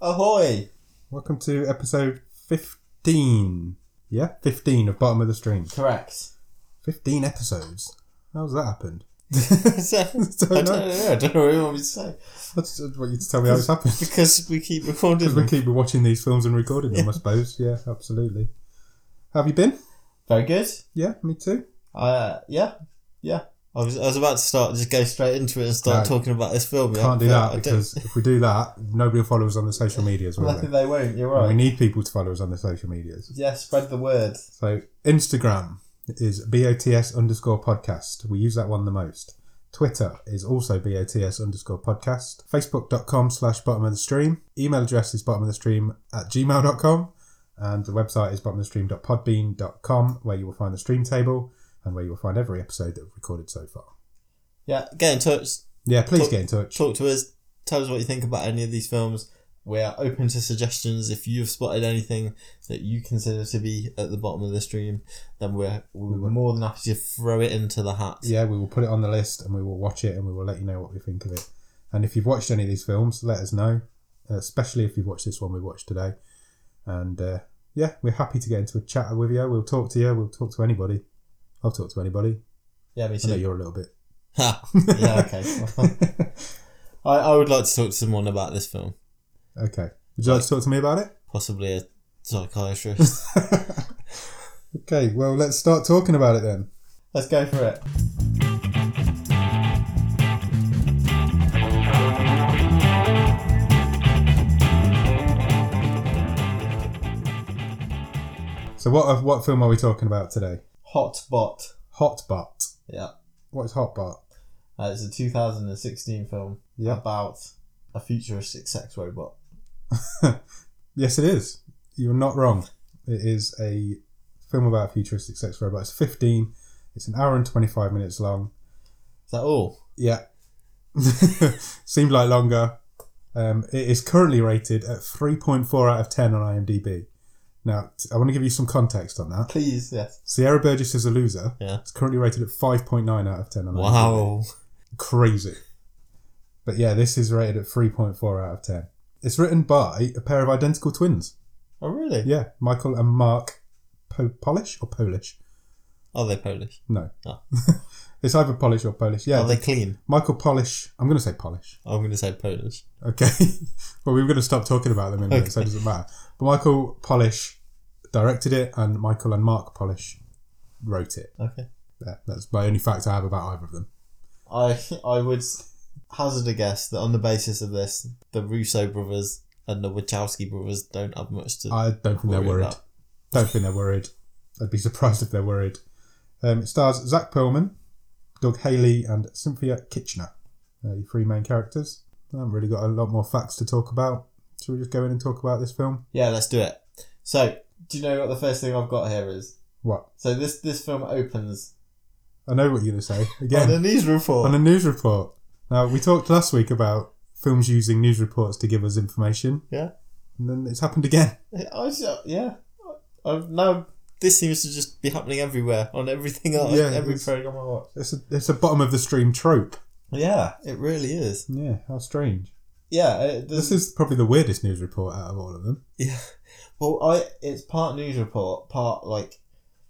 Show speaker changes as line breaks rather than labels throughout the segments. Ahoy!
Welcome to episode 15. Yeah, 15 of Bottom of the Stream.
Correct.
15 episodes. How's that happened?
so,
Don't
I don't
know.
know. I don't know what you want me to say
That's that's what you tell me how it's happened.
because we keep
Because
recording.
we
them.
keep watching these films and recording them, I suppose. Yeah, absolutely. How Have you been?
Very good.
Yeah, me too.
Uh, yeah, yeah. I was, I was about to start just go straight into it and start
No.
talking about this film. yeah,
Can't do
but
that
I don't-
because if we do that, nobody will follow us on the social medias, will
Well, I think
they?
they won't. You're
And We
right.
need people to follow us on the social medias.
Yeah, spread the word.
So Instagram is BOTS underscore podcast. We use that one the most. Twitter is also BOTS underscore podcast. Facebook.com slash bottom of the stream. Email address is bottom of the stream at gmail.com. And the website is bottom of the stream.podbean.com where you will find the stream table and where you will find every episode that we've recorded so far.
Yeah, get in touch.
Yeah, please
Talk-
get in touch.
Talk to us. Tell us what you think about any of these films. We are open to suggestions. If you've spotted anything that you consider to be at the bottom of the stream, then we're, we're more than happy to throw it into the hat.
Yeah, we will put it on the list and we will watch it and we will let you know what we think of it. And if you've watched any of these films, let us know, uh, especially if you've watched this one we watched today. And uh, yeah, we're happy to get into a chat with you. We'll talk to you. We'll talk to anybody. I'll talk to anybody.
Yeah, me
I know
too.
you're a little bit.
Ha. yeah, okay. I, I would like to talk to someone about this film,
Okay. Would you like to talk to me about it?
possibly a psychiatrist.
Okay, well, let's start talking about it then.
Let's go for it.
So, what what film are we talking about today?
Hot Bot.
Hotbot.
Yeah.
What is Hotbot?
Uh, it's a 2016 film
Yeah.
about a futuristic sex robot.
Yes, it is. You're not wrong. It is a film about a futuristic sex robot. It's 15. It's an hour and 25 minutes long.
Is that all?
Yeah. Seemed like longer. Um, it is currently rated at 3.4 out of 10 on IMDb. Now, t- I want to give you some context on that.
Please, yes.
Sierra Burgess is a loser.
Yeah.
It's currently rated at 5.9 out of 10 on IMDb
Wow.
crazy. But yeah, this is rated at 3.4 out of 10. It's written by a pair of identical twins.
Oh, really?
Yeah, Michael and Mark po- Polish or Polish?
Are they Polish?
No.
Oh.
it's either Polish or Polish. Yeah,
Are they clean?
Michael Polish. I'm going to say Polish.
I'm going to say Polish.
Okay. well, we were going to stop talking about them in a minute, so it doesn't matter. But Michael Polish directed it, and Michael and Mark Polish wrote it.
Okay.
Yeah, that's my only fact I have about either of them.
I I would hazard a guess that on the basis of this, the Russo brothers and the Wachowski brothers don't have much to.
I don't think they're
Worried
worried.
about.
Don't think they're worried. I'd be surprised if they're worried. Um, it stars Zach Perlman, Doug Haley, and Cynthia Kitchener, uh, your three main characters. I haven't really got a lot more facts to talk about. Should we just go in and talk about this film?
yeah, let's do it. So, do you know what the first thing I've got here is?
What?
So this this film opens
I know what you're going to say.
on a
Again,
news report.
on a news report. Now, we talked last week about films using news reports to give us information.
Yeah.
And then it's happened again.
I was, yeah. I've now this seems to just be happening everywhere on everything else,
Yeah,
every
it's-
program I watch.
It's a, it's a bottom of the stream trope.
Yeah, it really is.
Yeah, how strange.
Yeah, uh, it,
This is probably the weirdest news report out of all of them.
yeah. Well, I it's part news report, part like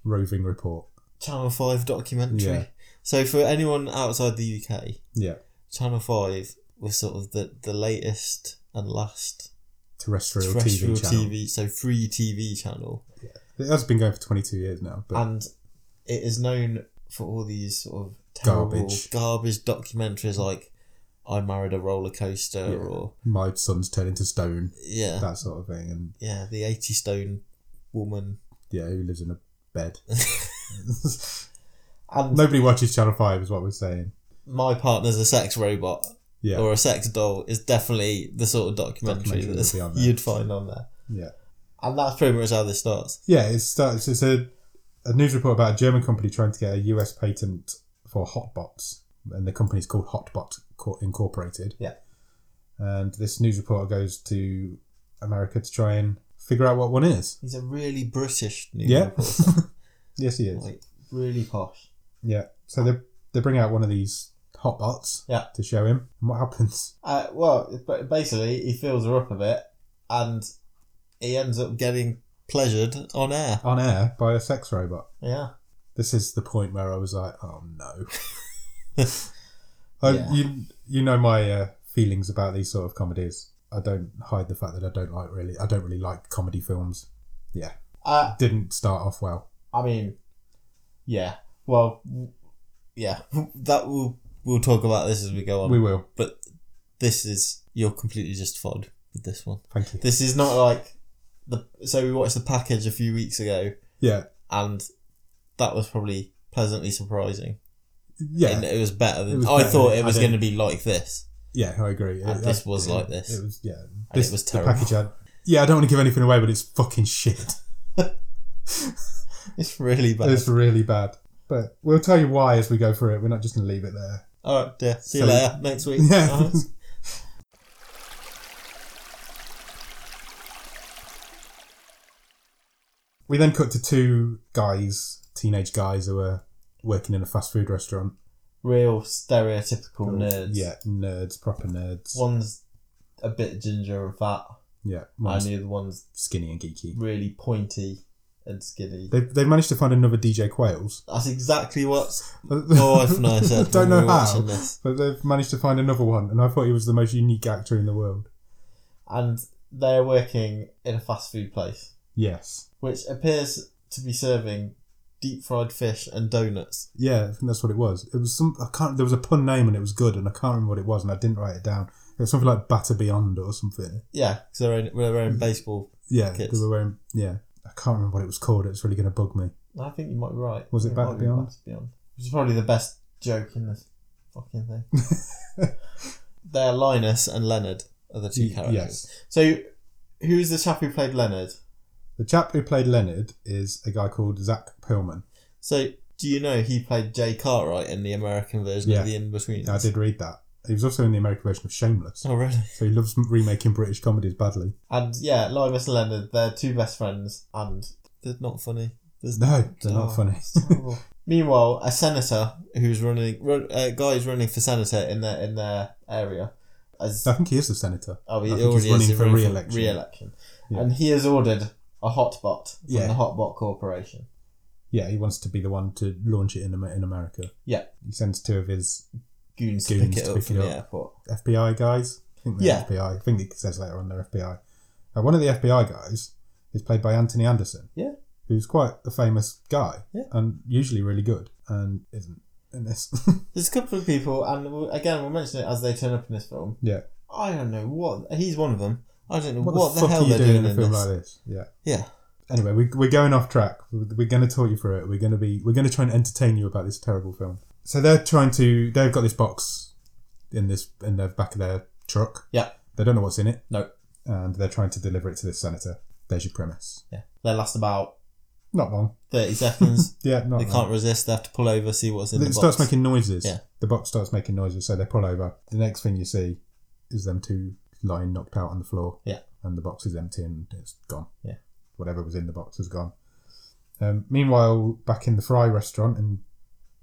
roving report.
Channel 5 documentary.
Yeah.
So for anyone outside the UK,
Yeah.
Channel 5 was sort of the, the latest and last
Terrestrial,
terrestrial
TV channel.
TV, so free TV channel.
It has been going for 22 years now, but
and it is known for all these sort of terrible
Garbage.
garbage, documentaries like I Married a Roller Coaster
Yeah.
or,
my son's turned into stone,
yeah,
that sort of thing. And
yeah, the 80 Stone Woman.
yeah, who lives in a bed?
And
Nobody watches Channel 5, is what we're saying.
My Partner's a Sex Robot
Yeah.
or a Sex Doll is definitely the sort of documentary,
Documentary
that's-
that'll be on there.
you'd find on there.
yeah.
And that's pretty much how this starts.
Yeah, it starts, it's a, a news report about a German company trying to get a US patent for hotbots. And the company's called Hotbot Co- Incorporated.
Yeah.
And this news reporter goes to America to try and figure out what one is.
He's a really British news
Yeah.
reporter.
yes, he is.
Like, really posh.
Yeah. So they they bring out one of these hot bots
Yeah.
to show him. And what happens?
Uh, well, but basically, he fills her up a bit and he ends up getting pleasured on air.
on air by a sex robot.
Yeah.
This is the point where I was like, oh no. I,
Yeah.
You you know my uh, feelings about these sort of comedies. I don't hide the fact that I don't like really. I don't really like comedy films.
Uh,
Didn't start off well.
I mean, yeah. Well, w- yeah. That will we'll talk about this as we go on.
We will.
but this is you're completely justified with this one.
Thank you.
This is not like the so we watched the package a few weeks ago,
Yeah.
and that was probably pleasantly surprising.
Yeah.
And uh, it was better than
It was
I
better.
thought it
I
was
don't-
going to be like this.
Yeah. I agree.
And
It- uh,
this was
it-
like this.
It was. Yeah.
it was terrible.
The package had, yeah. I don't want to give anything away, but it's fucking shit.
It's really bad.
It's really bad. But we'll tell you why as we go through it. We're not just going to leave it there.
All right, yeah. See you
So-
later next week.
Yeah.
Alright.
We then cut to two guys, teenage guys, who are working in a fast food restaurant.
Real stereotypical nerds.
Yeah, nerds, proper nerds.
One's a bit ginger and fat,
yeah, one's
and the other one's
skinny and geeky.
really pointy and skinny.
They've, they've managed to find another DJ Quails.
That's exactly what my wife and I said.
Don't
when
know
we were
how.
watching this.
But they've managed to find another one, and I thought he was the most unique actor in the world.
And they're working in a fast food place,
Yes.
which appears to be serving deep fried fish and donuts.
Yeah, I think that's what it was. It was some. I can't. There was a pun name, and it was good, and I can't remember what it was, and I didn't write it down. It was something like Batter Beyond or something.
Yeah, because they're in, we're
Mm.
wearing baseball.
Yeah,
Kids.
they were wearing. Yeah, I can't remember what it was called. It's really going to bug me.
I think you might be right.
Was it
It
Back
might be
Beyond?
Back Beyond? Which is probably the best joke in this fucking thing. they're Linus and Leonard are the two
Y-
characters.
Yes.
So, who's the chap who played Leonard?
The chap who played Leonard is a guy called Zach Pillman.
So, do you know he played Jay Cartwright in the American version
Yeah.
of The In Between?
I did read that. He was also in the American version of Shameless.
Oh, really?
So he loves remaking British comedies badly.
And yeah, Linus and Leonard, they're two best friends, and they're not funny. There's
No, they're
Oh,
not funny.
it's terrible. Meanwhile, a senator who's running, run, a guy who's running for senator in their in their area, as
I think he is the senator.
oh, he
I think
already
he's running
is,
for
running
re-election.
re-election.
Yeah.
and he has ordered a hotbot from
Yeah.
the Hotbot Corporation.
Yeah, he wants to be the one to launch it in Am- in America.
Yeah.
he sends two of his
Goons,
Goons
to pick it up from the airport.
FBI guys. I think they're
Yeah.
FBI. I think it says later on they're FBI. Uh, one of the FBI guys is played by Anthony Anderson.
Yeah.
who's quite a famous guy.
Yeah.
and usually really good, and isn't in this.
There's a couple of people, and we'll- again, we'll mention it as they turn up in this film.
Yeah.
I don't know what he's one of them. I don't know
what, the,
what, the,
fuck
hell
are you
they're
doing, in
doing,
a
in
film
this.
like this? Yeah.
Yeah.
Anyway, we, we're going off track. We're going to talk you through it. We're going to be we're going to try and entertain you about this terrible film. So they're trying to they've got this box in this in the back of their truck.
Yeah.
They don't know what's in it.
No.
And they're trying to deliver it to this senator. There's your premise.
Yeah, they last about
Not long.
thirty seconds.
Yeah, not
they
long.
can't resist. They have to pull over, see what's in
it
the
starts
box.
making noises.
Yeah.
The box starts making noises, so they pull over. The next thing you see is them two lying knocked out on the floor.
Yeah.
And the box is empty and it's gone.
Yeah.
Whatever was in the box is gone. Um, meanwhile, back in the Fry restaurant, and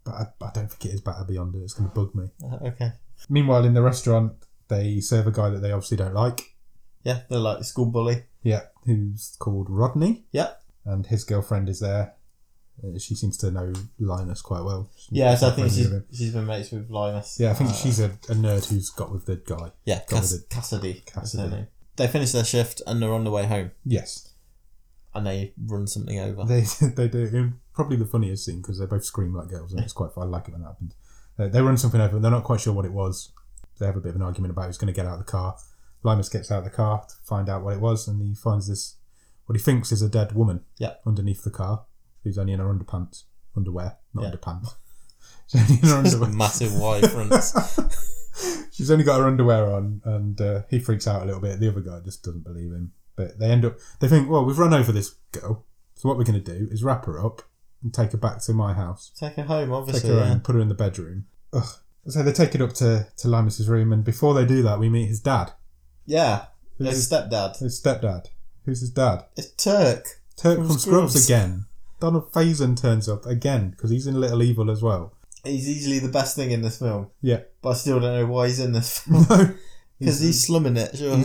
but I, I don't think it is Batter Beyond it. It's going to bug me.
Uh, okay.
Meanwhile, in the restaurant, they serve a guy that they obviously don't like.
Yeah, they're like the school bully.
Yeah. Who's called Rodney.
Yeah.
And his girlfriend is there. Uh, She seems to know Linus quite well. She-
Yeah, so I think
friendly
she's
with him.
she's been mates with Linus.
Yeah, I think
Uh,
she's a, a nerd who's got with the guy.
yeah
gone
Cass-
with
Cassidy. is her
Cassidy.
name. They finish their shift and they're on the way home
Yes,
and they run something over.
they they do. and Probably the funniest scene because they both scream like girls, and it's quite. I like it when that happens. Uh, they run something over, and they're not quite sure what it was. They have a bit of an argument about who's going to get out of the car. Limus gets out of the car to find out what it was, and he finds this what he thinks is a dead woman.
Yeah.
underneath the car, who's only in her underpants, underwear, not
Yeah.
underpants. She's only in her
There's a
underwear.
massive Y fronts.
She's only got her underwear on, and uh, he freaks out a little bit. The other guy just doesn't believe him. But they end up, they think, well, we've run over this girl. So what we're going to do is wrap her up and take her back to my house.
Take her home,
Take
obviously.
her
yeah.
and put her in the bedroom. Ugh. So they take it up to, to Limus's room, and before they do that, we meet his dad.
yeah,
Who's
their
his,
stepdad.
his stepdad. Who's his dad?
It's Turk.
Turk
From
from Scrubs,
Scrubs.
again. Donald Faison turns up again because he's in Little Evil as well.
He's easily the best thing in this film.
Yeah.
But I still don't know why he's in this film.
No,
Because he's slumming it, sure.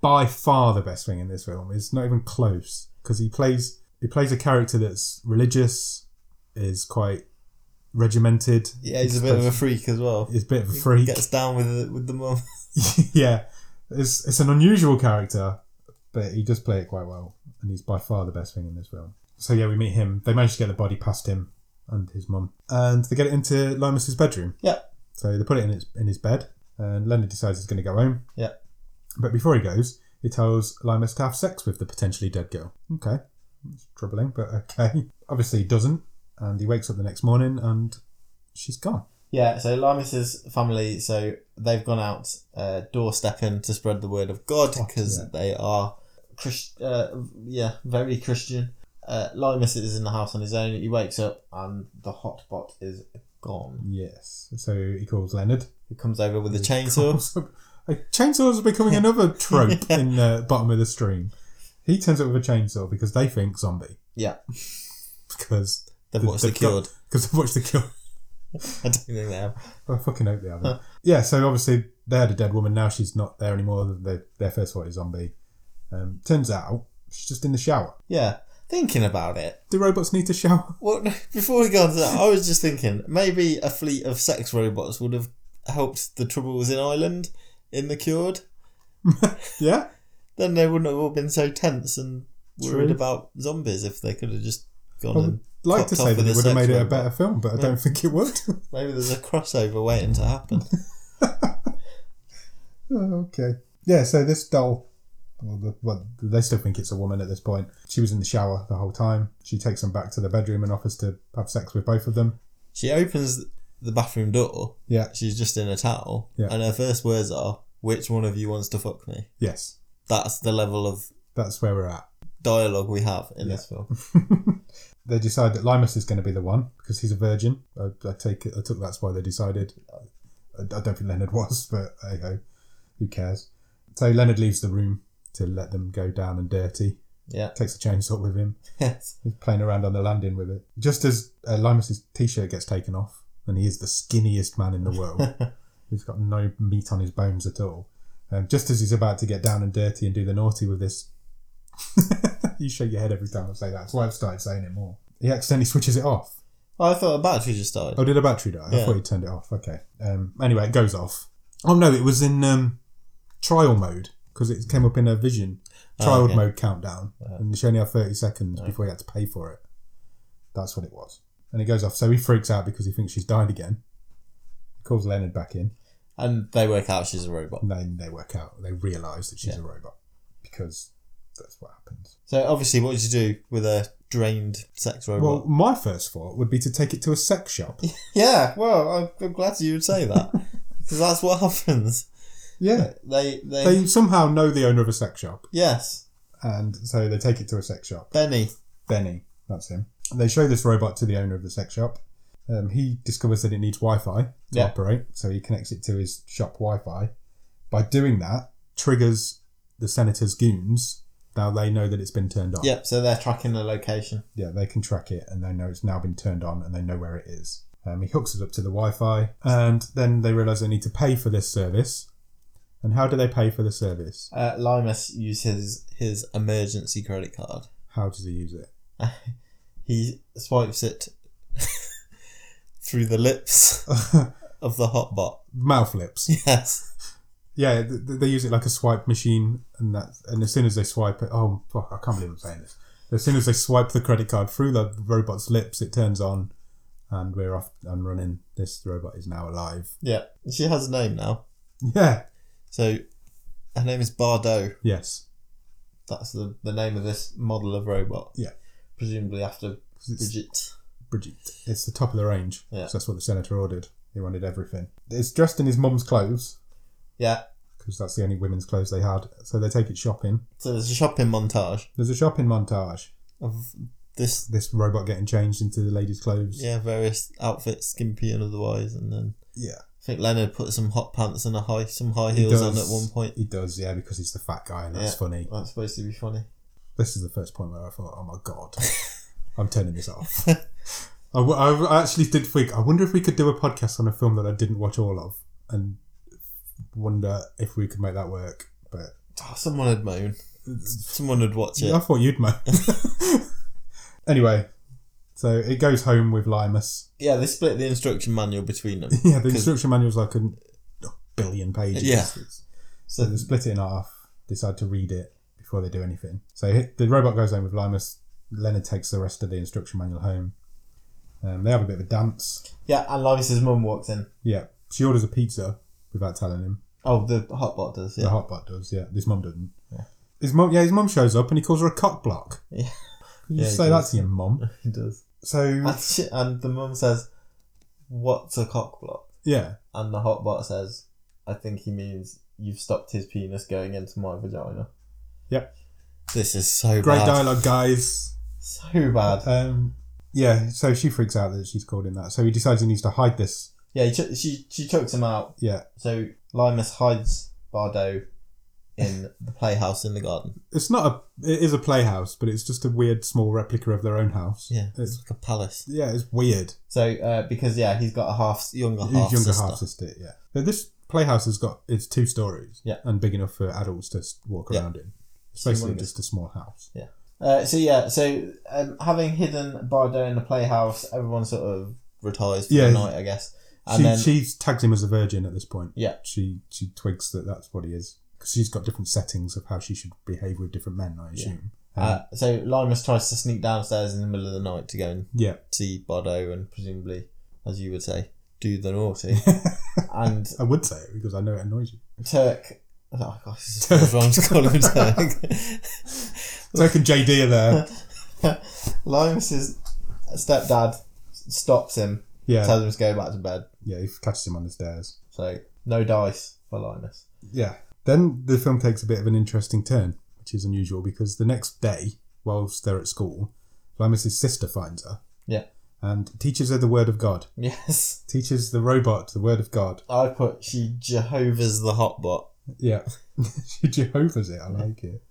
by far the best thing in this film. It's not even close because he plays he plays a character that's religious, is quite regimented.
Yeah, he's a bit of a freak as well.
Is a bit of a freak.
Gets down with the, with the mum.
yeah, it's it's an unusual character, but he does play it quite well, and he's by far the best thing in this film. So yeah, we meet him. They manage to get the body past him and his mum, and they get it into Limus's bedroom.
Yeah.
So they put it in his in his bed, and Leonard decides he's going to go home.
Yeah.
But before he goes, he tells Limus to have sex with the potentially dead girl. Okay, it's troubling, but okay. Obviously, he doesn't, and he wakes up the next morning, and she's gone.
Yeah, so Limus's family, so they've gone out uh, doorstepping to spread the word of God because
yeah.
they are Christ, uh, yeah, very Christian. Uh, Limus is in the house on his own. He wakes up and the hot pot is gone.
Yes. So he calls Leonard.
He comes over with a chainsaw.
Like, chainsaws are becoming another trope in the bottom of the stream. He turns up with a chainsaw because they think zombie.
Yeah,
Because
they've
They've
watched The
got-
Cured.
because they watched the kill.
I don't think they have.
I fucking hope they haven't. yeah, so obviously they had a dead woman. Now she's not there anymore. Their, their first thought is zombie. Um, turns out she's just in the shower.
Yeah, thinking about it.
Do robots need to shower?
Well, before we go on to that, I was just thinking maybe a fleet of sex robots would have helped the troubles in Ireland in The Cured.
yeah?
Then they wouldn't have all been so tense and worried
True.
about zombies if they could have just gone
I would
and.
like
Topped
to
off
say that
with
it
a
would have
sex
made it a
robot.
better film, but I don't think it would.
Maybe there's a crossover waiting to happen.
Oh, okay. Yeah, so this doll, well, the, well, they still think it's a woman at this point. She was in the shower the whole time. She takes them back to their bedroom and offers to have sex with both of them.
she opens the bathroom door.
Yeah.
She's just in a towel.
Yeah.
And her first words are, "Which one of you wants to fuck me?"
Yes,
That's the level of
that's where we're at.
dialogue we have in this film.
They decide that Limus is going to be the one because he's a virgin. I, I take it, I took that's why they decided. I, I don't think Leonard was, but hey ho, who cares? So Leonard leaves the room to let them go down and dirty.
Yeah.
Takes a chainsaw with him.
Yes.
He's playing around on the landing with it. Just as uh, Limus's t-shirt gets taken off, and he is the skinniest man in the world. he's got no meat on his bones at all. Um, just as he's about to get down and dirty and do the naughty with this, you shake your head every time I say that. That's why I've started saying it more. He accidentally switches it off.
I thought a battery just died.
Oh, did a battery die? I
Yeah.
thought he turned it off. Okay. Um, anyway, it goes off. Oh no, it was in um, trial mode because it came up in a vision
Oh,
trial
okay. Uh.
mode countdown, and she only had thirty seconds before he had to pay for it. That's what it was. And it goes off, so he freaks out because he thinks she's died again. calls Leonard back in,
And they work out she's a robot.
and then they work out. They realise that she's a robot because that's what happens.
So obviously, what would you do with a drained sex
Well,
robot?
my first thought would be to take it to a sex shop.
yeah. Well, I'm, I'm glad you would say that because that's what happens.
yeah,
They, they,
they somehow know the owner of a sex shop,
yes,
and so they take it to a sex shop.
Benny.
Benny, that's him. They show this robot to the owner of the sex shop. Um, he discovers that it needs Wi-Fi to
Yeah.
operate, so he connects it to his shop Wi-Fi. By doing that, triggers the senator's goons. Now they know that it's been turned on.
Yep. So they're tracking the location.
Yeah, they can track it, and they know it's now been turned on, and they know where it is. Um, he hooks it up to the Wi-Fi, and then they realise they need to pay for this service. And how do they pay for the service?
Uh, Limus used his his emergency credit card.
How does he use it?
He swipes it through the lips of the hot bot.
Mouth lips.
Yes.
Yeah, th- th- they use it like a swipe machine, and that, and as soon as they swipe it, oh fuck, I can't believe I'm saying this. As soon as they swipe the credit card through the robot's lips, it turns on, and we're off and running. This robot is now alive.
Yeah. She has a name now.
Yeah.
So her name is Bardo.
Yes.
That's the, the name of this model of robot.
Yeah.
Presumably after
'Cause It's
Bridget.
Bridget. It's the top of the range.
Yeah.
So that's what the senator ordered. He wanted everything. It's dressed in his mum's clothes
Yeah.
because that's the only women's clothes they had. So they take it shopping.
So there's a shopping montage
There's a shopping montage.
of this
This robot getting changed into the lady's clothes.
yeah, various outfits, skimpy and otherwise, and then
Yeah.
I think Leonard put some hot pants and a high some high heels on at one point.
He does, yeah, because he's the fat guy and that's
Yeah.
funny.
That's supposed to be funny.
This is the first point where I thought, oh my god, I'm turning this off. I, w- I w- I actually did think, I wonder if we could do a podcast on a film that I didn't watch all of and wonder if we could make that work. But
Oh, someone would moan. Someone would watch it.
I thought you'd moan. anyway, so it goes home with Limus.
Yeah, they split the instruction manual between them.
Yeah, the
'Cause-
instruction manual's like a billion pages.
Yeah.
It's- so
So
they split it in half, decide to read it before they do anything. So he- the robot goes home with Limus. Leonard takes the rest of the instruction manual home. Um, they have a bit of a dance.
yeah, and Lavis's mum walks in.
Yeah, she orders a pizza without telling him.
Oh, the hot bot does.
The
Yeah,
hot butt does, yeah. His mum doesn't.
Yeah.
His mum, yeah, his mum shows up and he calls her a cock block.
Yeah.
You
Yeah, he
say that
does.
to your mum.
he does.
So
And, she, and the mum says, "What's a cock block?"
yeah,
And the hot bot says, "I think he means you've stopped his penis going into my vagina."
Yep.
This is so
great
bad.
dialogue, guys.
So bad.
Um, yeah, so she freaks out that she's called him that. So he decides he needs to hide this.
Yeah, he ch- she she chokes him out.
Yeah,
So Limus hides Bardo in the playhouse in the garden.
it's not a. It is a playhouse, but it's just a weird small replica of their own house.
Yeah,
It's-
it's like a palace.
Yeah, it's weird.
So uh, because yeah, he's got a half younger
His
half
younger
sister.
half sister. Yeah. Now, this playhouse has got it's two stories.
Yeah.
and big enough for adults to s- walk
Yeah.
around in. It's
It's
basically
humongous.
just a small house.
Uh, so yeah, so um, having hidden Bardo in the playhouse, everyone sort of retires for
Yeah.
the night, I guess. And
she,
then
she tags him as a virgin at this point.
Yeah.
She she twigs that that's what he is because she's got different settings of how she should behave with different men. I assume. Um,
uh, so Limus tries to sneak downstairs in the middle of the night to go and
yeah.
see Bardo and presumably, as you would say, do the naughty. and
I would say it because I know it annoys you.
Turk, oh gosh, this is first wrong to call him Turk.
Turk and JD are there.
Limus's stepdad stops him,
Yeah.
tells him to go back to bed.
Yeah. He catches him on the stairs.
So no dice for Linus.
Yeah. Then the film takes a bit of an interesting turn, which is unusual because the next day, whilst they're at school, Limus's sister finds her.
Yeah.
And teaches her the word of God.
Yes,
Teaches the robot the word of God.
I put she Jehovah's the hot bot.
Yeah. she Jehovah's it. I like it.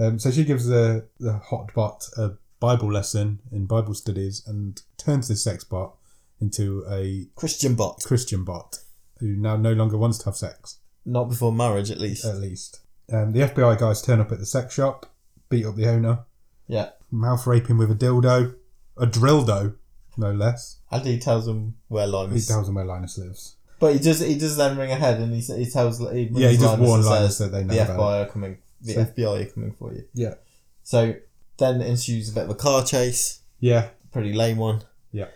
Um, so she gives the, the hot bot a Bible lesson in Bible studies and turns this sex bot into a
Christian bot.
Christian bot who now no longer wants to have sex,
Not before marriage, at least.
at least. Um, the FBI guys turn up at the sex shop, beat up the owner,
yeah.
mouth rape him with a dildo, a dildo, no less.
And he tells him where
He
Linus.
tells him where Linus lives.
But he does. He does then ring ahead, and he, s- he tells. He rings
Yeah, he just warned
and
Linus
says,
that they know
The
about it.
FBI are coming. The
So-
FBI are coming for you.
Yeah.
So then ensues a bit of a car chase,
Yeah,
pretty lame one.
Yeah.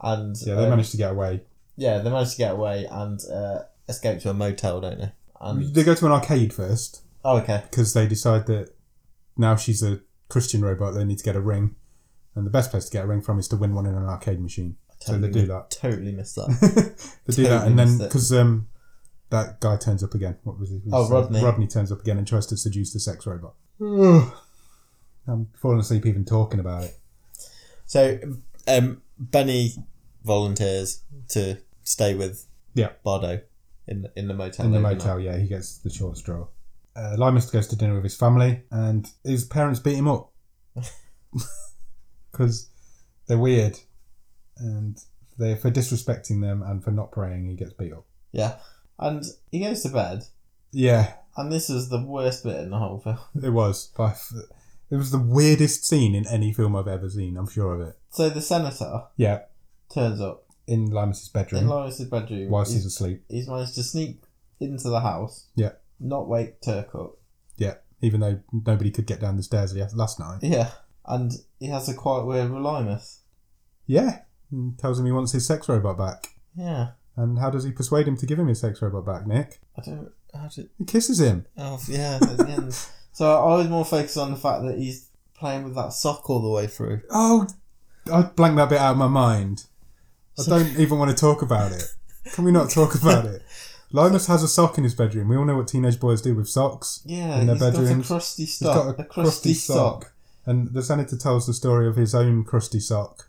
And
yeah, they
um,
managed to get away.
Yeah, they manage to get away and uh, escape to a motel, don't they? And
They go to an arcade first.
oh, okay,
because they decide that now she's a Christian robot, they need to get a ring, and the best place to get a ring from is to win one in an arcade machine. So they do that.
totally missed that.
they do that, and then
missed it.
because um, that guy turns up again. What was it?
Oh, Rodney.
Rodney turns up again and tries to seduce the sex robot. I'm falling asleep even talking about it.
so, um, Benny volunteers to stay with
Yeah.
Bardo in in the motel.
In the
overnight.
motel, yeah, he gets the short straw. Uh, Limus goes to dinner with his family, and his parents beat him up because they're weird, and they for disrespecting them and for not praying, he gets beat up.
Yeah, and he goes to bed,
Yeah,
and this is the worst bit in the whole film.
it was. But it was the weirdest scene in any film I've ever seen. I'm sure of it.
So the senator
Yeah,
turns up
in Limus's bedroom
in Lawrence's bedroom.
whilst he's
he's,
asleep.
he's managed to sneak into the house.
Yeah.
not wake Turk up.
Yeah, even though nobody could get down the stairs the- last night.
Yeah, and he has a quiet word with Limus.
Yeah, and tells him he wants his sex robot back.
Yeah,
And how does he persuade him to give him his sex robot back, Nick?
I don't. How did
He kisses him.
Oh yeah, at the end. So I was more focused on the fact that he's playing with that sock all the way through.
Oh, I blanked that bit out of my mind. I
So-
don't even want to talk about it. Can we not talk about it? Linus has a sock in his bedroom. We all know what teenage boys do with socks.
Yeah,
In
he's
their
got a
bedrooms.
crusty
He's got
sock.
a,
a, crusty sock.
And the senator tells the story of his own crusty sock.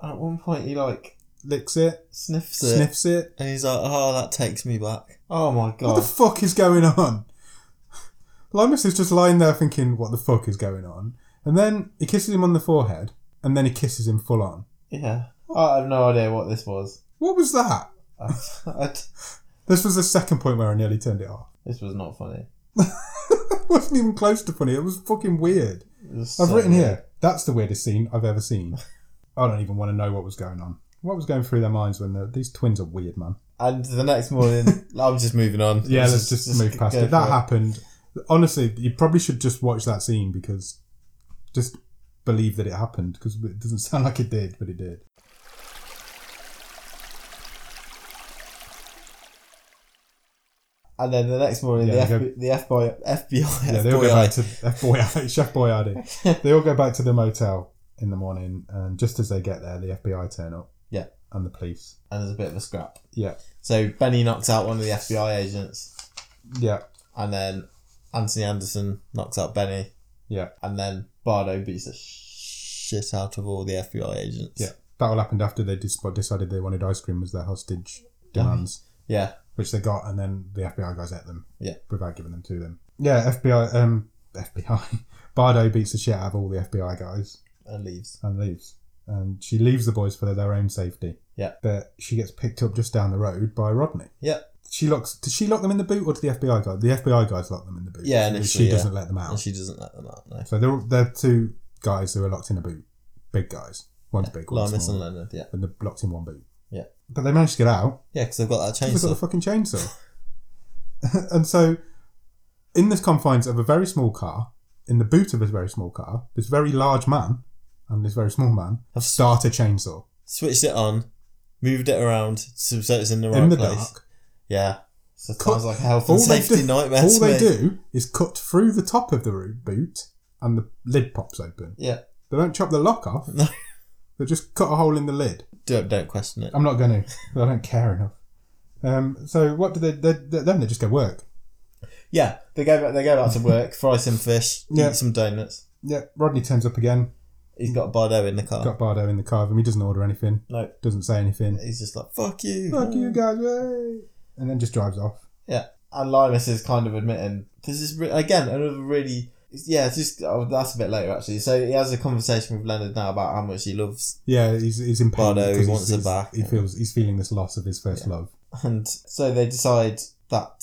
And at one point, he like
Licks it,
sniffs it,
sniffs it.
and he's like, "Oh, that takes me back." Oh my
What
god!
the fuck is going on? Linus is just lying there thinking, what the fuck is going on? And then he kisses him on the forehead, and then he kisses him full on.
yeah, I have no idea what this was.
What was that?
I, I d-
This was the second point where I nearly turned it off.
This was not funny.
It wasn't even close to funny. It was fucking weird.
It was
I've
so
written
weird.
here. That's the weirdest scene I've ever seen. I don't even want to know what was going on. What was going through their minds when the, these twins are weird, man?
And the next morning, I'm just moving on.
Yeah, let's just, move past
go
it. That
for
happened. Honestly, you probably should just watch that scene because just believe that it happened because it doesn't sound like it did, but it did.
And then the next morning,
Yeah,
the,
they
F- the FBI, FBI,
Yeah, they all go back to F Boyardee, Chef Boyardee. they all go back to the motel in the morning, and just as they get there, the FBI turn up.
Yeah.
and the police.
and there's a bit of a scrap.
Yeah,
So Benny knocks out one of the FBI agents,
yeah,
and then Anthony Anderson knocks out Benny,
yeah,
and then Bardo beats the shit out of all the FBI agents.
yeah. That all happened after they dis- decided they wanted ice cream as their hostage demands.
yeah,
which they got, and then the FBI guys ate them.
Yeah.
without giving them to them. Yeah, FBI. Um, FBI. Bardo beats the shit out of all the FBI guys
and leaves.
and leaves. And she leaves the boys for their own safety.
Yeah.
But she gets picked up just down the road by Rodney.
Yeah,
She locks. Does she lock them in the boot, or did the FBI guy? The FBI guys lock them in the boot.
Yeah,
and
initially,
she doesn't
yeah.
let them out.
and she doesn't let them out. No,
so they're they're two guys who are locked in a boot. Big guys. One's big. One's
Linus and
small.
Leonard. Yeah,
And they're locked in one boot.
Yeah.
But they managed to get out.
yeah, because they've got that
They've got the
chainsaw.
fucking chainsaw. and so, in this confines of a very small car, in the boot of a very small car, this very large man and this very small man have started a chainsaw
Switched it on, moved it around so it's in the right
in the
place.
dark.
Yeah, so it
Cut-
sounds like a health and
they
safety
do-
nightmare.
all
to
they
me.
do is cut through the top of the root boot, and the lid pops open.
Yeah,
They don't chop the lock off.
No.
They just cut a hole in the lid.
don't don't question it.
I'm not going to. I don't care enough. Um, so what do they, they, they? Then they just go work.
Yeah, they go back. They go back to work. Fry some fish.
Yeah.
Eat some donuts.
Yeah, Rodney turns up again.
He's got Bardo in the car.
Got Bardo in the car with him. He doesn't order anything.
No,
Doesn't say anything.
he's just like fuck you.
Fuck you guys, yay! And then just drives off.
Yeah, and Linus is kind of admitting this is re- again another really yeah. It's just oh, that's a bit later actually. So he has a conversation with Leonard now about how much he loves,
Yeah, he's he's in pain.
Bardo, he
because he's-
wants her
he's-
back.
He feels he's feeling this loss of his first love.
and so they decide that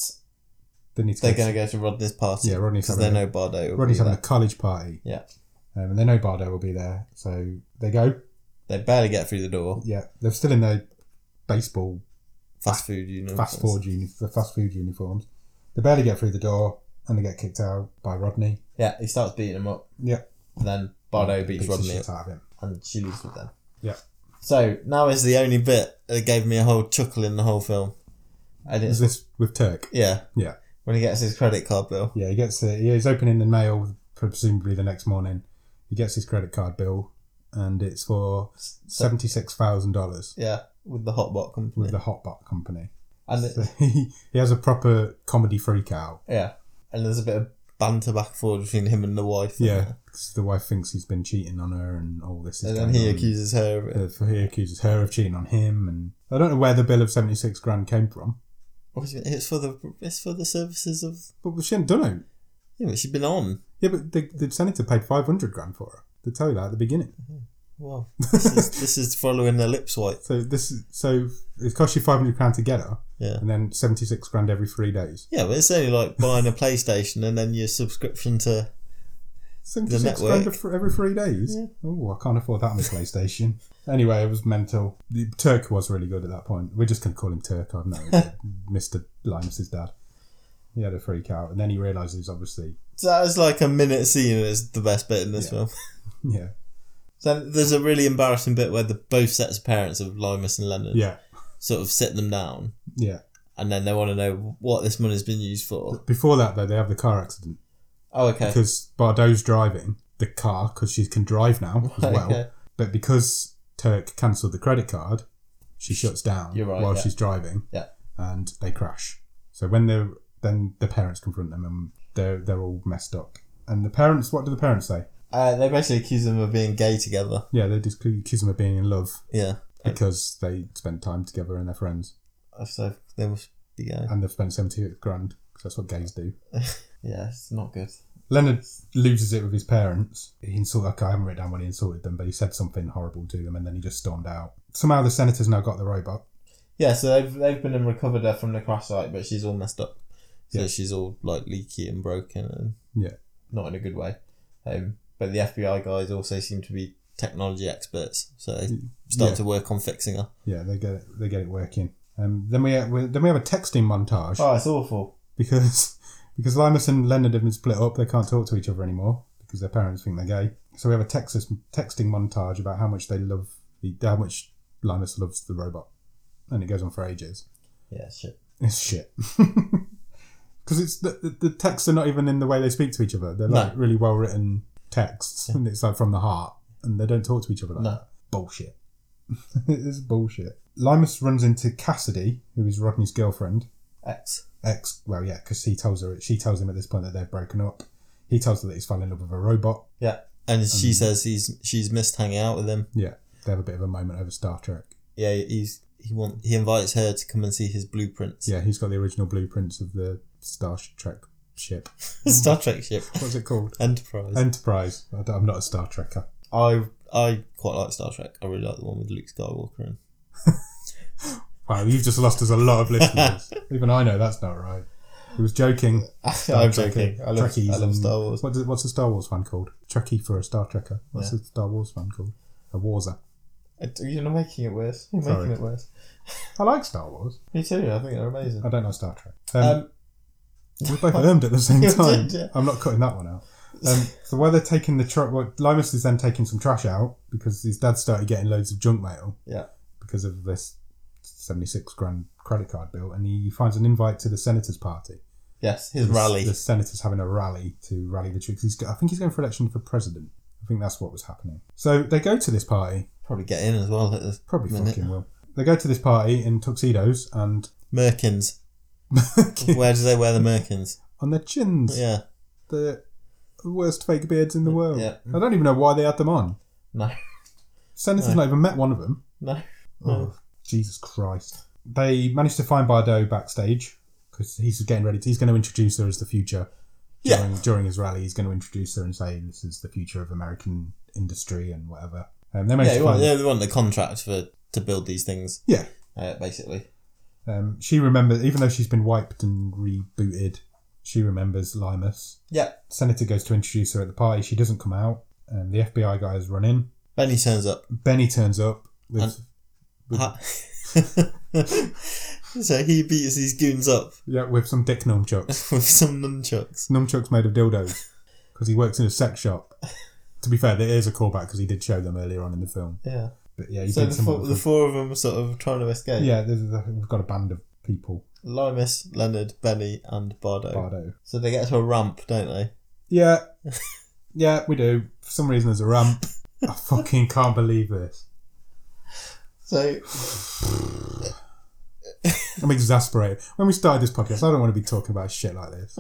They need to
they're
go
going to go to Rodney's party.
Yeah, Rodney's
because
having
they
a-
know Bardo. Will
Rodney's
be
having a
there.
college party.
Yeah.
Um, and they know Bardo will be there, so they go.
They barely get through the door.
Yeah, they're still in their baseball
Fast food, you know.
Ah, fast food uni- the fast food uniforms. They barely get through the door, and they get kicked out by Rodney.
Yeah, he starts beating him up.
Yeah,
And then Bardo beats
beats the
Rodney up.
shit out of him.
and she leaves with them.
Yeah.
So now is the only bit that gave me a whole chuckle in the whole film, and
Is
it's
this with Turk?
yeah
Yeah.
when he gets his credit card bill.
Yeah, he gets it. He's opening the mail, presumably the next morning. He gets his credit card bill, and it's for seventy six thousand dollars
Yeah, with the hot bot company,
with the Hotbot company.
and
So
it,
he, he has a proper comedy freak out.
yeah, and there's a bit of banter back and forth between him and the wife.
Yeah, 'cause the wife thinks he's been cheating on her, and all this. Is
and then
going
he
on.
accuses her of it.
Uh, so he accuses her of cheating on him, and I don't know where the bill of seventy six grand came from,
What do you mean? It's for the it's for the services of
but she hadn't done it.
yeah, but she'd been on.
Yeah, but the, the senator paid five hundred grand for her. They tell you that at the beginning.
Wow, this is, this is following their lips white.
So this, is- so it cost you five hundred grand to get her.
Yeah.
and then 76 grand every three days.
Yeah, but it's only like buying a PlayStation and then your subscription to
76
network.
grand for every three days?
Yeah.
Oh, I can't afford that on the PlayStation. anyway, it was mental. The, Turk was really good at that point. We're just going to call him Turk. I've no idea. Mr. Linus's dad. He had a freak out. And then he realises, obviously,
So that was like a minute scene and it's the best bit in this
Yeah.
film.
yeah.
So there's a really embarrassing bit where the both sets of parents of Limus and Leonard
Yeah.
sort of sit them down
Yeah.
and then they want to know what this money's been used for.
Before that, though, they have the car accident
Oh, okay.
because Bardot's driving the car because she can drive now as well.
Okay.
But because Turk cancelled the credit card, she shuts down
You're right,
while
yeah.
she's driving.
Yeah.
And they crash. So when they're then the parents confront them and they're they're all messed up. And the parents what do the parents say?
Uh, they basically accuse them of being gay together.
Yeah, they just accuse them of being in love
Yeah.
because they spent time together and they're friends.
So they must be gay.
And they've spent seventy eight grand, because that's what gays do.
Yeah, it's not good.
Leonard loses it with his parents. He insulted okay, I haven't written down when he insulted them, but he said something horrible to them and then he just stormed out. Somehow the senator's now got the robot.
Yeah, so they've, they've been and recovered her from the crash site, but she's all messed up. So
Yeah.
she's all like leaky and broken and
Yeah.
not in a good way. Um, but the FBI guys also seem to be technology experts, so they start
Yeah.
to work on fixing her.
Yeah, they get it, they get it working. Um, then we, have, we then we have a texting montage
Oh, it's awful.
because because Limus and Leonard have been split up. They can't talk to each other anymore because their parents think they're gay. So we have a Texas texting montage about how much they love the how much Limus loves the robot, and it goes on for ages.
Yeah, shit.
It's shit. Because it's the, the, the texts are not even in the way they speak to each other. They're
No.
like really well written texts, and it's like from the heart, and they don't talk to each other like
No.
that. Bullshit. it's bullshit. Limus runs into Cassidy, who is Rodney's girlfriend.
X.
Ex, well, yeah, because he tells her, she tells him at this point that they've broken up. He tells her that he's fallen in love with a robot.
Yeah. And she
Um,
says he's she's missed hanging out with him.
Yeah, they have a bit of a moment over Star Trek.
Yeah, he's he want he invites her to come and see his blueprints.
Yeah, he's got the original blueprints of the Star Trek ship.
Star Trek ship.
What's it called?
Enterprise.
Enterprise. I don't- I'm not a Star Trekker.
I I quite like Star Trek. I really like the one with Luke Skywalker in.
Wow, you've just lost us a lot of listeners. Even I know that's not right. He was joking.
I'm
Trekkie-
joking. I love,
Trekkies
I love
and-
Star Wars.
What does, what's a Star Wars fan called? Trekkie for a Star Trekker. What's a Star Wars fan called? A Warzer.
It- You're making it worse. You're
Sorry.
making it worse.
I like Star Wars.
Me too. I think they're amazing.
I don't know Star Trek. Um,
Um,
we both ermed at the same
You
time.
did, yeah.
I'm not cutting that one out. Um, so while they're taking the truck, well, Limus is then taking some trash out because his dad started getting loads of junk mail.
Yeah.
Because of this 76 grand credit card bill, and he finds an invite to the senator's party.
yes, his
the-
rally.
The senators having a rally to rally the troops. He's, go- I think he's going for election for president. I think that's what was happening. So they go to this party.
Probably get in as well. at this
Probably
minute.
fucking will. They go to this party in tuxedos and
Merkins. Where do they wear the merkins?
on their chins.
Yeah.
The worst fake beards in the world.
Yeah.
I don't even know why they had them on.
No.
Senator's
No.
not even met one of them.
No.
Oh, Jesus Christ. They managed to find Bardot backstage because he's getting ready. To, he's going to introduce her as the future.
Yeah.
During, during his rally, he's going to introduce her and say this is the future of American industry and whatever. Um, they managed
Yeah, they
to
want,
find.
yeah, they want the contract for to build these things.
Yeah.
Uh, basically.
Um, she remembers, even though she's been wiped and rebooted, she remembers Limus.
Yeah.
Senator goes to introduce her at the party. She doesn't come out. Um, the FBI guys run in.
Benny turns up.
Benny turns up with.
And-
with
Ha- so he beats these goons up
yeah, with some dick nunchucks.
with some nunchucks.
nunchucks made of dildos because he works in a sex shop. to be fair, there is a callback because he did show them earlier on in the film.
Yeah.
But yeah, he
so
did
the
some.
four, the four of them are sort of trying to escape.
yeah, there's, there's- we've got a band of people.
Limus, Leonard, Benny, and Bardo.
Bardo.
So they get to a ramp, don't they?
Yeah, yeah, we do. For some reason, there's a ramp. I fucking can't believe this.
So
I'm exasperated. When we started this podcast, I don't want to be talking about shit like this.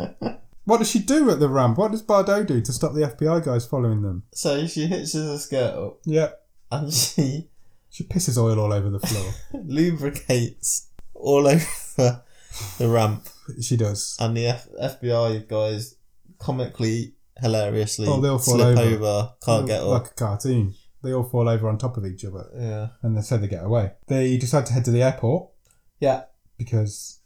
What does she do at the ramp? What does Bardo do to stop the FBI guys following them?
so she hitches her skirt up
Yeah,
and she
she pisses oil all over the floor.
lubricates all over the ramp,
she does.
and the F- FBI guys comically, hilariously
Oh, they'll fall
slip
over.
over, can't get
like
up.
a cartoon. They all fall over on top of each other.
Yeah,
and they said they get away. They decide to head to the airport.
Yeah. Uh.
Because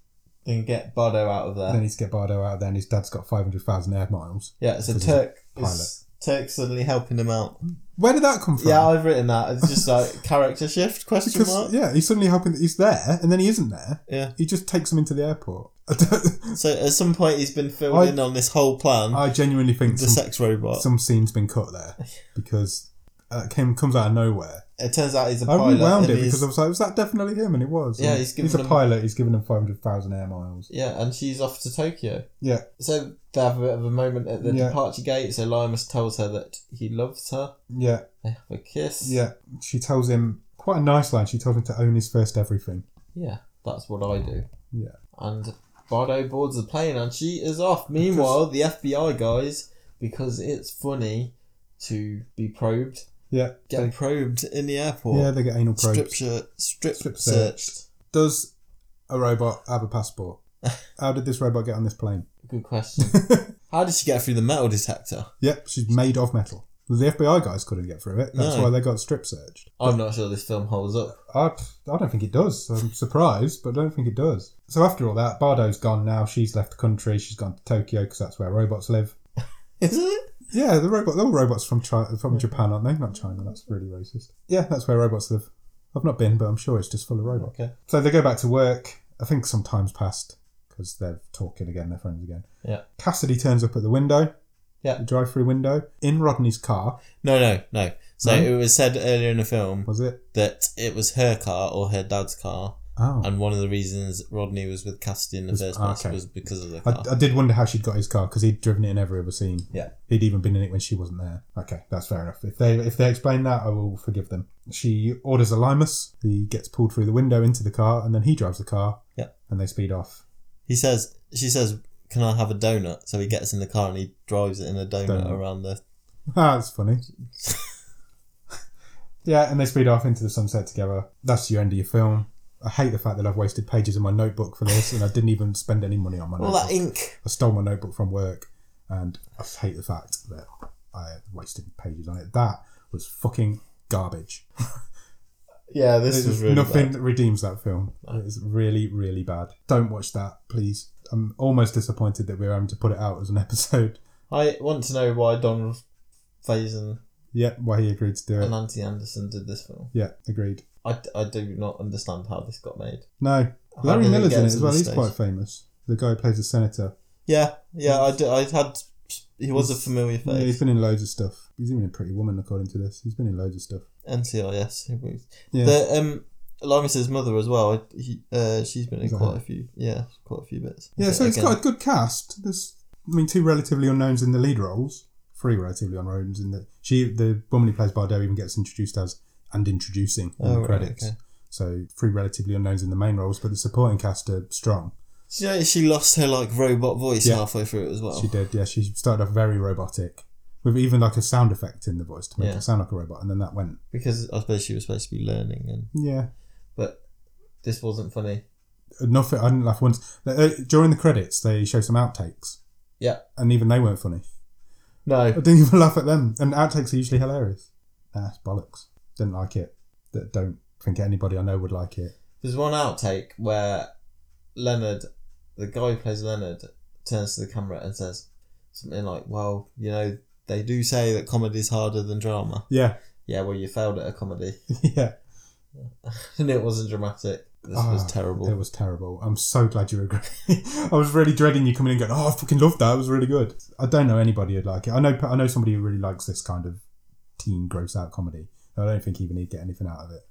and get Bardo out of
they
there.
need to get Bardo out of there, and his dad's got 500,000 air miles.
Yeah, so
Because
Turk
he's a
is Turk suddenly helping him out.
Where did that come from?
Yeah, I've written that. It's just like character shift question
because,
mark.
yeah, he's suddenly helping. He's there, and then he isn't there.
Yeah.
He just takes him into the airport. I don't-
So at some point he's been filled
I-
in on this whole plan.
I genuinely think
the
some,
sex robot.
some scene's been cut there because uh, came comes out of nowhere.
It turns out he's a
I
pilot.
rewound
and
it
he's-
because I was like, was that definitely him? And it was.
Yeah,
And
he's
he's
given
a
him-
pilot. He's given him 500,000 air miles.
Yeah, and she's off to Tokyo.
Yeah.
So they have a bit of a moment at the
Yeah.
departure gate. So Limus tells her that he loves her.
Yeah,
They have a kiss.
yeah. She tells him quite a nice line. She tells him to own his first everything.
Yeah, that's what I do.
Yeah.
And Bardo boards the plane and she is off. Meanwhile, the FBI guys, because it's funny to be probed,
Yeah.
get
they-
probed in the airport.
Yeah, they get anal probes.
strip shirt, strip,
Strip
searched.
Does a robot have a passport? How did this robot get on this plane?
Good question. How did she get through the metal detector?
Yep, she's made of metal. The FBI guys couldn't get through it. That's
No.
why they got strip searched.
I'm not sure this film holds up.
I, I don't think it does. I'm surprised, but I don't think it does. So after all that, Bardo's gone now. She's left the country. She's gone to Tokyo because that's where robots live.
Is it?
Yeah, the robot, all robots from China, from Japan, aren't they? Not China. That's really racist. Yeah, that's where robots live. I've not been, but I'm sure it's just full of robots.
Okay.
So they go back to work. I think some time's passed because they're talking again. They're friends again.
Yeah.
Cassidy turns up at the window.
Yeah.
The drive-through window in Rodney's car.
No, no, no. So
No?
it was said earlier in the film
Was it?
that it was her car or her dad's car,
Oh.
and one of the reasons Rodney was with Cassidy in the
Was- ah,
first place
okay.
was because of the car.
I, I did wonder how she'd got his car because he'd driven it in every other scene.
Yeah.
he'd even been in it when she wasn't there. Okay, that's fair enough. If they if they explain that, I will forgive them. She orders a limus. He gets pulled through the window into the car, and then he drives the car.
Yeah.
and they speed off.
He says, she says, "Can I have a donut?" So he gets in the car and he drives it in a donut,
Donut.
around the.
Ah, that's funny. yeah, and they speed off into the sunset together. That's your end of your film. I hate the fact that I've wasted pages in my notebook for this, and I didn't even spend any money on my
All
notebook.
that ink.
I stole my notebook from work, and I hate the fact that I wasted pages on it. That was fucking garbage.
Yeah, this
There's
was really
nothing
bad.
that redeems that film. It's really, really bad. Don't watch that, please. I'm almost disappointed that we're having to put it out as an episode.
I want to know why Donald Faison
Yep, why he agreed to do it.
and Anthony Anderson did this film.
Yeah, agreed.
I, I do not understand how this got made.
No,
How
Larry
did it
Miller's
get
in it
to
as well.
this
He's
stage?
quite famous. The guy who plays the senator.
Yeah, yeah. I, do, I had. He was a familiar
Yeah,
face.
he's been in loads of stuff. He's even in Pretty Woman, according to this. He's been in loads of stuff.
NCIS.
Yeah.
The um, Lamis's mother as well. He, uh, she's been in
Is that
quite
her?
a few. Yeah, quite a few bits.
Yeah, so it's
again,
got a good cast. There's, I mean, two relatively unknowns in the lead roles. Three relatively unknowns in the she, the woman who plays Bardot, even gets introduced as and introducing in
Oh,
the
right,
credits.
okay.
So three relatively unknowns in the main roles, but the supporting cast are strong.
Do you know she lost her like robot voice
Yeah.
halfway through it as well.
She did, yeah. She started off very robotic, with even like a sound effect in the voice to make
Yeah.
her sound like a robot, and then that went,
because I suppose she was supposed to be learning, and
yeah.
but this wasn't funny.
Enough. I didn't laugh once. Uh, During the credits, they show some outtakes,
Yeah.
and even they weren't funny. I
No.
didn't even laugh at them. And outtakes are usually hilarious. Nah, it's bollocks. Didn't like it. That don't think anybody I know would like it.
There's one outtake where Leonard, the guy who plays Leonard, turns to the camera and says something like, "Well, you know, they do say that comedy's harder than drama."
Yeah,
Yeah, well, you failed at a comedy,
yeah.
and it wasn't dramatic. This
Ah,
was terrible.
It was terrible. I'm so glad you agree. I was really dreading you coming in and going, "Oh, I fucking loved that. It was really good." I don't know anybody who'd like it. I know. I know somebody who really likes this kind of teen gross out comedy. I don't think even he'd get anything out of it.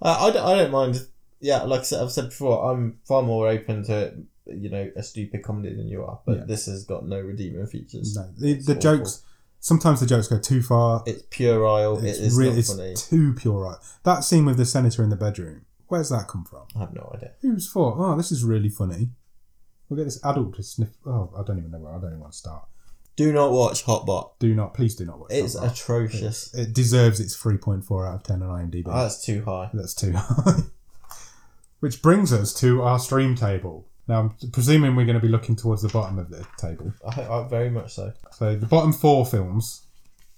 I, I, don't, I don't mind. Yeah, like I said, I've said before, I'm far more open to you know a stupid comedy than you are. But
Yeah.
this has got no redeeming features.
No, the,
It's
the
awful.
jokes. Sometimes the jokes go too far.
It's puerile. It's
re-
not
it's
funny.
too pure. That scene with the senator in the bedroom. Where's that come from?
I have no idea.
Who's thought, oh, this is really funny. We'll get this adult to sniff. Oh, I don't even know where. I don't even want to start.
Do not watch Hotbot.
Do not, please do not watch
It's
that.
atrocious.
it deserves its 3.4 out of 10 on IMDb.
Oh, that's too high.
That's too high. Which brings us to our stream table. Now, I'm presuming we're going to be looking towards the bottom of the table.
I, I very much so.
So the bottom four films,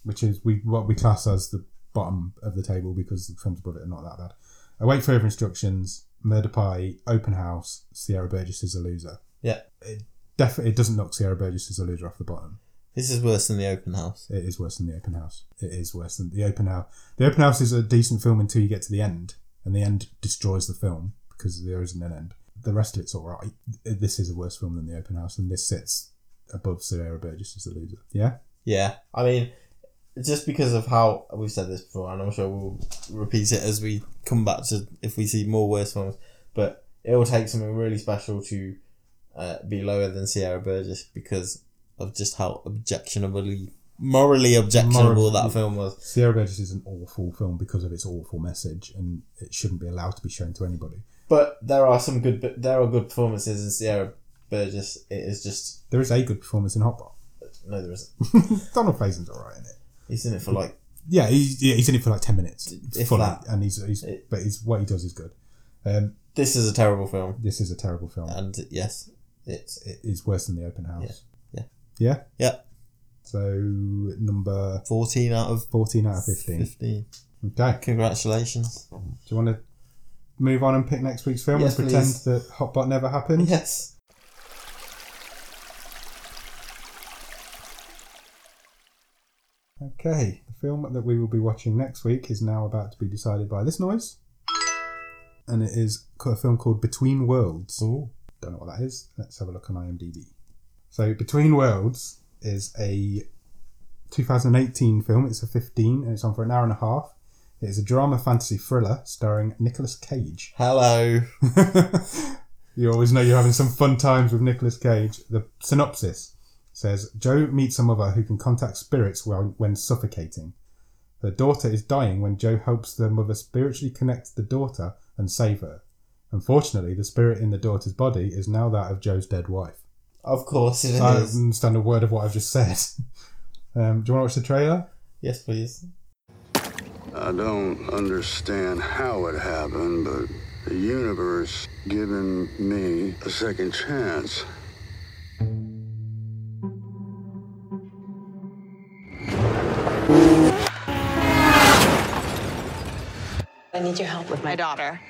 which is we what we class as the bottom of the table because the films above it are not that bad. Await further instructions. Murder Pie, Open House, Sierra Burgess is a loser.
Yeah.
It definitely it doesn't knock Sierra Burgess is a loser off the bottom.
This is worse than the open house.
It is worse than the Open House. It is worse than the Open House. The Open House is a decent film until you get to the end, and the end destroys the film because there isn't an end. The rest of it's all right. This is a worse film than the Open House, and this sits above Sierra Burgess is a loser. Yeah.
Yeah, I mean, just because of how we've said this before, and I'm sure we'll repeat it as we come back to if we see more worse films. But it will take something really special to uh, be lower than Sierra Burgess because of just how objectionably, morally objectionable
Morally-
that film was.
Sierra Burgess is an awful film because of its awful message, and it shouldn't be allowed to be shown to anybody.
But there are some good. bit- There are good performances in Sierra Burgess. It is just
There is a good performance in Hotbot.
no, there isn't.
Donald Faison's alright in it.
He's in it for like
Yeah, he's, yeah, he's in it for like ten minutes,
If
fully,
that.
and he's, he's
It-
but he's what he does is good. Um,
this is a terrible film.
this is a terrible film.
and yes, it's
It is worse than the Open House.
Yeah.
Yeah.
Yeah.
So number
14 out of
14 out of 15.
15.
Okay.
Congratulations.
Do you want to move on and pick next week's film
Yes,
and pretend
please.
that Hotbot never happened?
Yes.
Okay. The film that we will be watching next week is now about to be decided by this noise. And it is a film called Between Worlds.
Ooh.
Don't know what that is. Let's have a look on IMDb. So, Between Worlds is a 2018 film. It's a 15 and it's on for an hour and a half. It is a drama fantasy thriller starring Nicolas Cage.
Hello.
you always know you're having some fun times with Nicolas Cage. The synopsis says Joe meets a mother who can contact spirits when, when suffocating. Her daughter is dying when Joe helps the mother spiritually connect the daughter and save her. Unfortunately, the spirit in the daughter's body is now that of Joe's dead wife.
Of course it
I don't
is.
understand a word of what I've just said. Um, do you want to watch the trailer?
Yes, please.
I don't understand how it happened, but the universe given me a second chance.
I need your help with my daughter.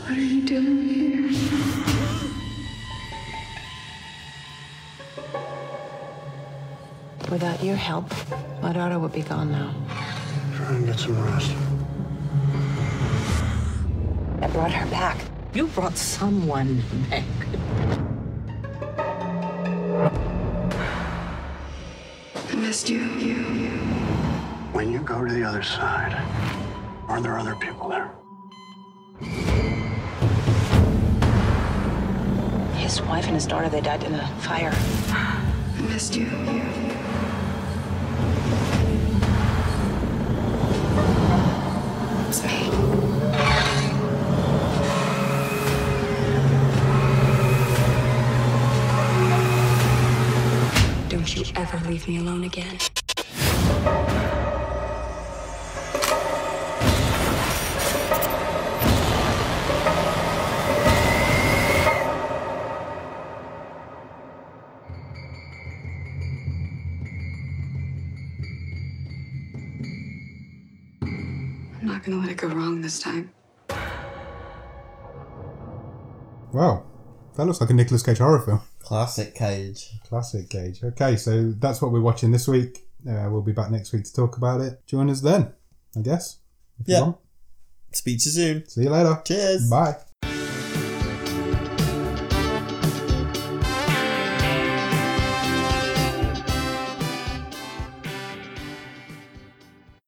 What are you doing here?
Without your help, my daughter would be gone now.
Try and get some rest.
I brought her back.
You brought someone back.
I missed you. you.
When you go to the other side, are there other people there?
His wife and his daughter, they died in a fire.
I missed you. you.
It's me.
Don't you ever leave me alone again. I'm not gonna let it go wrong this time.
Wow, that looks like a Nicolas Cage horror film.
Classic Cage.
Classic Gage. Okay, so that's what we're watching this week. Uh, we'll be back next week to talk about it. Join us then, I guess. if you
Yeah.
want.
Speak to you soon.
See you later.
Cheers.
Bye.